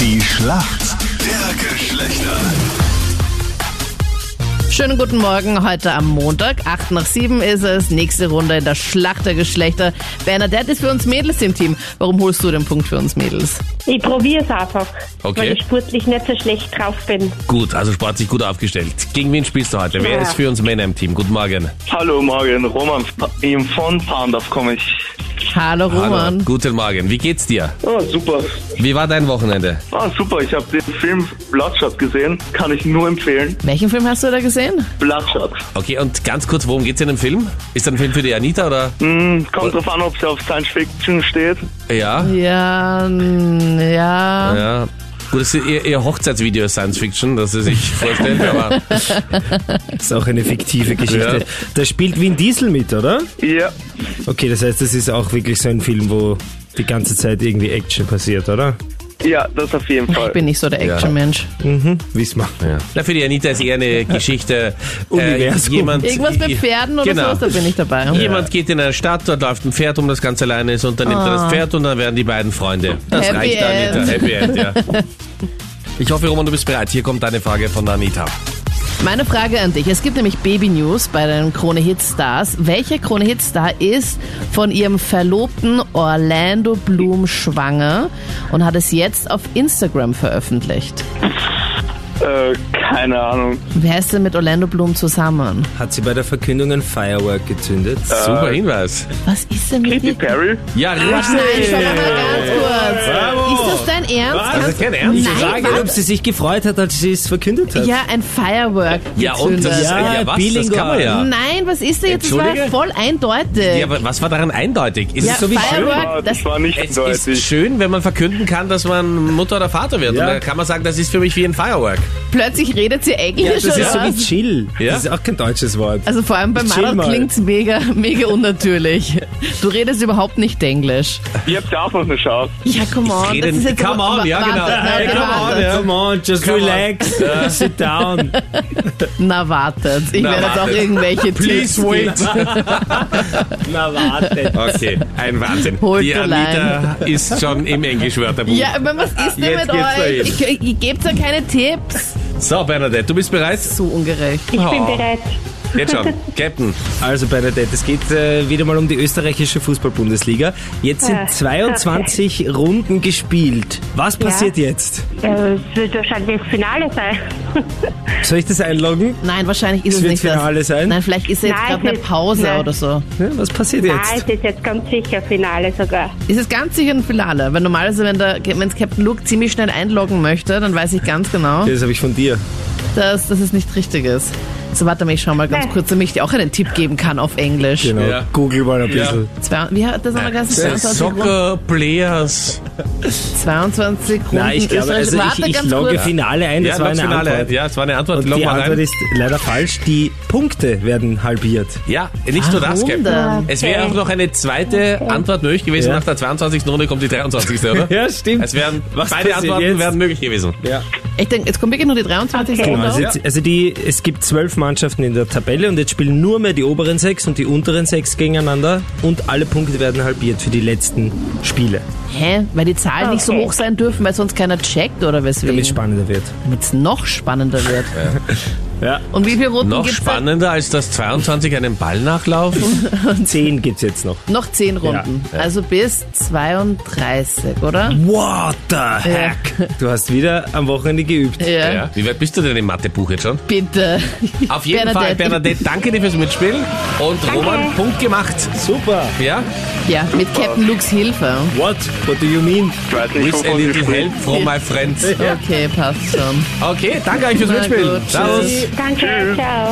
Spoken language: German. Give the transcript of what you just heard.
Die Schlacht der Geschlechter. Schönen guten Morgen heute am Montag. 8 nach 7 ist es. Nächste Runde in der Schlacht der Geschlechter. Bernadette ist für uns Mädels im Team. Warum holst du den Punkt für uns Mädels? Ich probiere es einfach, Okay. weil ich sportlich nicht so schlecht drauf bin. Gut, also sportlich gut aufgestellt. Gegen wen spielst du heute? Wer Ja. ist für uns Männer im Team? Guten Morgen. Hallo Morgen, Roman im von Pandorf komme ich. Hallo Roman. Hallo. Guten Morgen. Wie geht's dir? Ah, super. Wie war dein Wochenende? Ah, super, ich habe den Film Bloodshot gesehen. Kann ich nur empfehlen. Welchen Film hast du da gesehen? Bloodshot. Okay, und ganz kurz, worum geht's in dem Film? Ist das ein Film für die Anita oder? Hm, kommt drauf an, ob es auf Science Fiction steht. Ja. Ja, mm, ja. Ja. Gut, das ist ihr, ihr Hochzeitsvideo ist Science Fiction, das sie sich vorstellt, aber Das ist auch eine fiktive Geschichte. Ja. Da spielt Vin Diesel mit, oder? Ja, Okay, das heißt, das ist auch wirklich so ein Film, wo die ganze Zeit irgendwie Action passiert, oder? ja, das auf jeden Fall. Ich bin nicht so der Action-Mensch. Wissen wir. na, für die Anita ist eher eine Geschichte. äh, Universum. jemand, Irgendwas mit Pferden oder genau. sowas, da bin ich dabei. Jemand geht in eine Stadt, dort läuft ein Pferd um, das ganz alleine ist und dann nimmt er das Pferd und dann werden die beiden Freunde. Das Ah. Happy reicht End. Anita. Happy End, ja. Ich hoffe, Roman, du bist bereit. Hier kommt eine Frage von Anita. Meine Frage an dich. Es gibt nämlich Baby News bei den Krone Hit Stars. Welcher Krone Hit Star ist von ihrem Verlobten Orlando Bloom schwanger und hat es jetzt auf Instagram veröffentlicht? Äh, keine Ahnung. Wer ist denn mit Orlando Bloom zusammen? Hat sie bei der Verkündung ein Firework gezündet? Super Hinweis. Was ist denn mit Katy dir? Perry? Ja, Nein, richtig. schau mal ganz kurz. Ist das dein Ernst? Das ist kein Ernst. Die Also, Nein, also Frage, ob sie sich gefreut hat, als sie es verkündet hat. Ja, ein Firework. Ja, und das gezündet. ist ja, Ja, was? Das Bilingual. kann man ja. Nein, was ist denn jetzt? Das war Entschuldige? voll eindeutig. Ja, aber was war daran eindeutig? Ist Ja, es so wie schön? Firework- Ah, das- das war nicht Es ist deutlich. schön, wenn man verkünden kann, dass man Mutter oder Vater wird. Ja. Und da kann man sagen, das ist für mich wie ein Firework. Plötzlich redet sie Ja, Englisch das oder ist so wie was? chill. Ja. Das ist auch kein deutsches Wort. Also vor allem bei Chill Mara mal. klingt's mega, mega unnatürlich. Du redest überhaupt nicht Englisch. Ich hab da auch noch eine Chance. Ja, come on. rede- das ist jetzt come on, aber- ja, warte, genau. Warte, Hey, come warte, on, ja. Äh, Come on, just Come on. relax, sit down. Na, wartet. Ich Na, werde jetzt auch wartet. irgendwelche Tipps Please geben. wait. Na warte. Okay, ein Wahnsinn. Holt Die du Anita ist schon im Englischwörterbuch. Ja, aber was ist denn Jetzt mit geht's euch? los. Ich, ich, ich geb's ja keine Tipps. So, Bernadette, du bist bereit? So ungerecht. Ich bin Oh. bereit. Jetzt schon. Captain. Also Bernadette, es geht äh, wieder mal um die österreichische Fußball-Bundesliga. Jetzt Ah, sind 22 Runden gespielt. Was passiert jetzt? Äh, Es wird wahrscheinlich das Finale sein. Soll ich das einloggen? Nein, wahrscheinlich ist es wird nicht Finale das. sein? Nein, vielleicht ist ja jetzt Nein, gerade es eine ist- Pause nein. oder so. Ja, was passiert Nein, jetzt? Ah, es ist jetzt ganz sicher Finale sogar. Ist es ganz sicher ein Finale? Weil normalerweise, wenn der wenn's Captain Luke ziemlich schnell einloggen möchte, dann weiß ich ganz genau, Das habe ich von dir. dass, dass es nicht richtig ist. So, warte mal, ich schau mal ganz Nein. kurz, damit ich dir auch einen Tipp geben kann auf Englisch. Genau. Ja. Google mal ein Ja. bisschen. Zwei, wie hat das nochmal ganz Soccer Players. 22 Runden. Nein, ich glaube, Österreich. also Warte ich, ich ganz logge kurz. Finale ein, das ja, war log's eine Finale. Antwort. Ja, das war eine Antwort. Und Log die mal Antwort rein. ist leider falsch. Die Punkte werden halbiert. Ja, nicht nur Ah, das, Warum denn? Captain. Es wäre auch noch eine zweite Antwort möglich gewesen. Ja. Nach der 22. Runde kommt die 23. oder? Ja, stimmt. Es wären, Was beide passiert Antworten jetzt? wären möglich gewesen. Ja. Ich denke, jetzt kommt wirklich nur die 23. Okay. Genau, Runde. also, auf. jetzt, also die, es gibt zwölf Mannschaften in der Tabelle und jetzt spielen nur mehr die oberen sechs und die unteren sechs gegeneinander und alle Punkte werden halbiert für die letzten Spiele, Hä? Weil die Zahlen nicht so Okay. hoch sein dürfen, weil sonst keiner checkt oder weswegen. damit es spannender wird. Damit's noch spannender wird. Ja. Und wie viele Runden Noch gibt's da? spannender als das 22 einen Ball nachlaufen? Zehn gibt es jetzt noch. Noch 10 Runden. Also bis 32, oder? Mhm. What the heck? Du hast wieder am Wochenende geübt. Ja. ja. Wie weit bist du denn im Mathebuch jetzt schon? Bitte. Auf jeden Fall, Bernadette, danke dir fürs Mitspielen. Und Roman, Punkt gemacht. Super. Ja? Ja, mit Captain Lukes Hilfe. What? What do you mean? Ich weiß nicht, With a wovon ihr little spricht. help from my friends. Okay, passt schon. Okay, danke euch fürs Na Mitspielen. gut, Servus. Danke, ciao.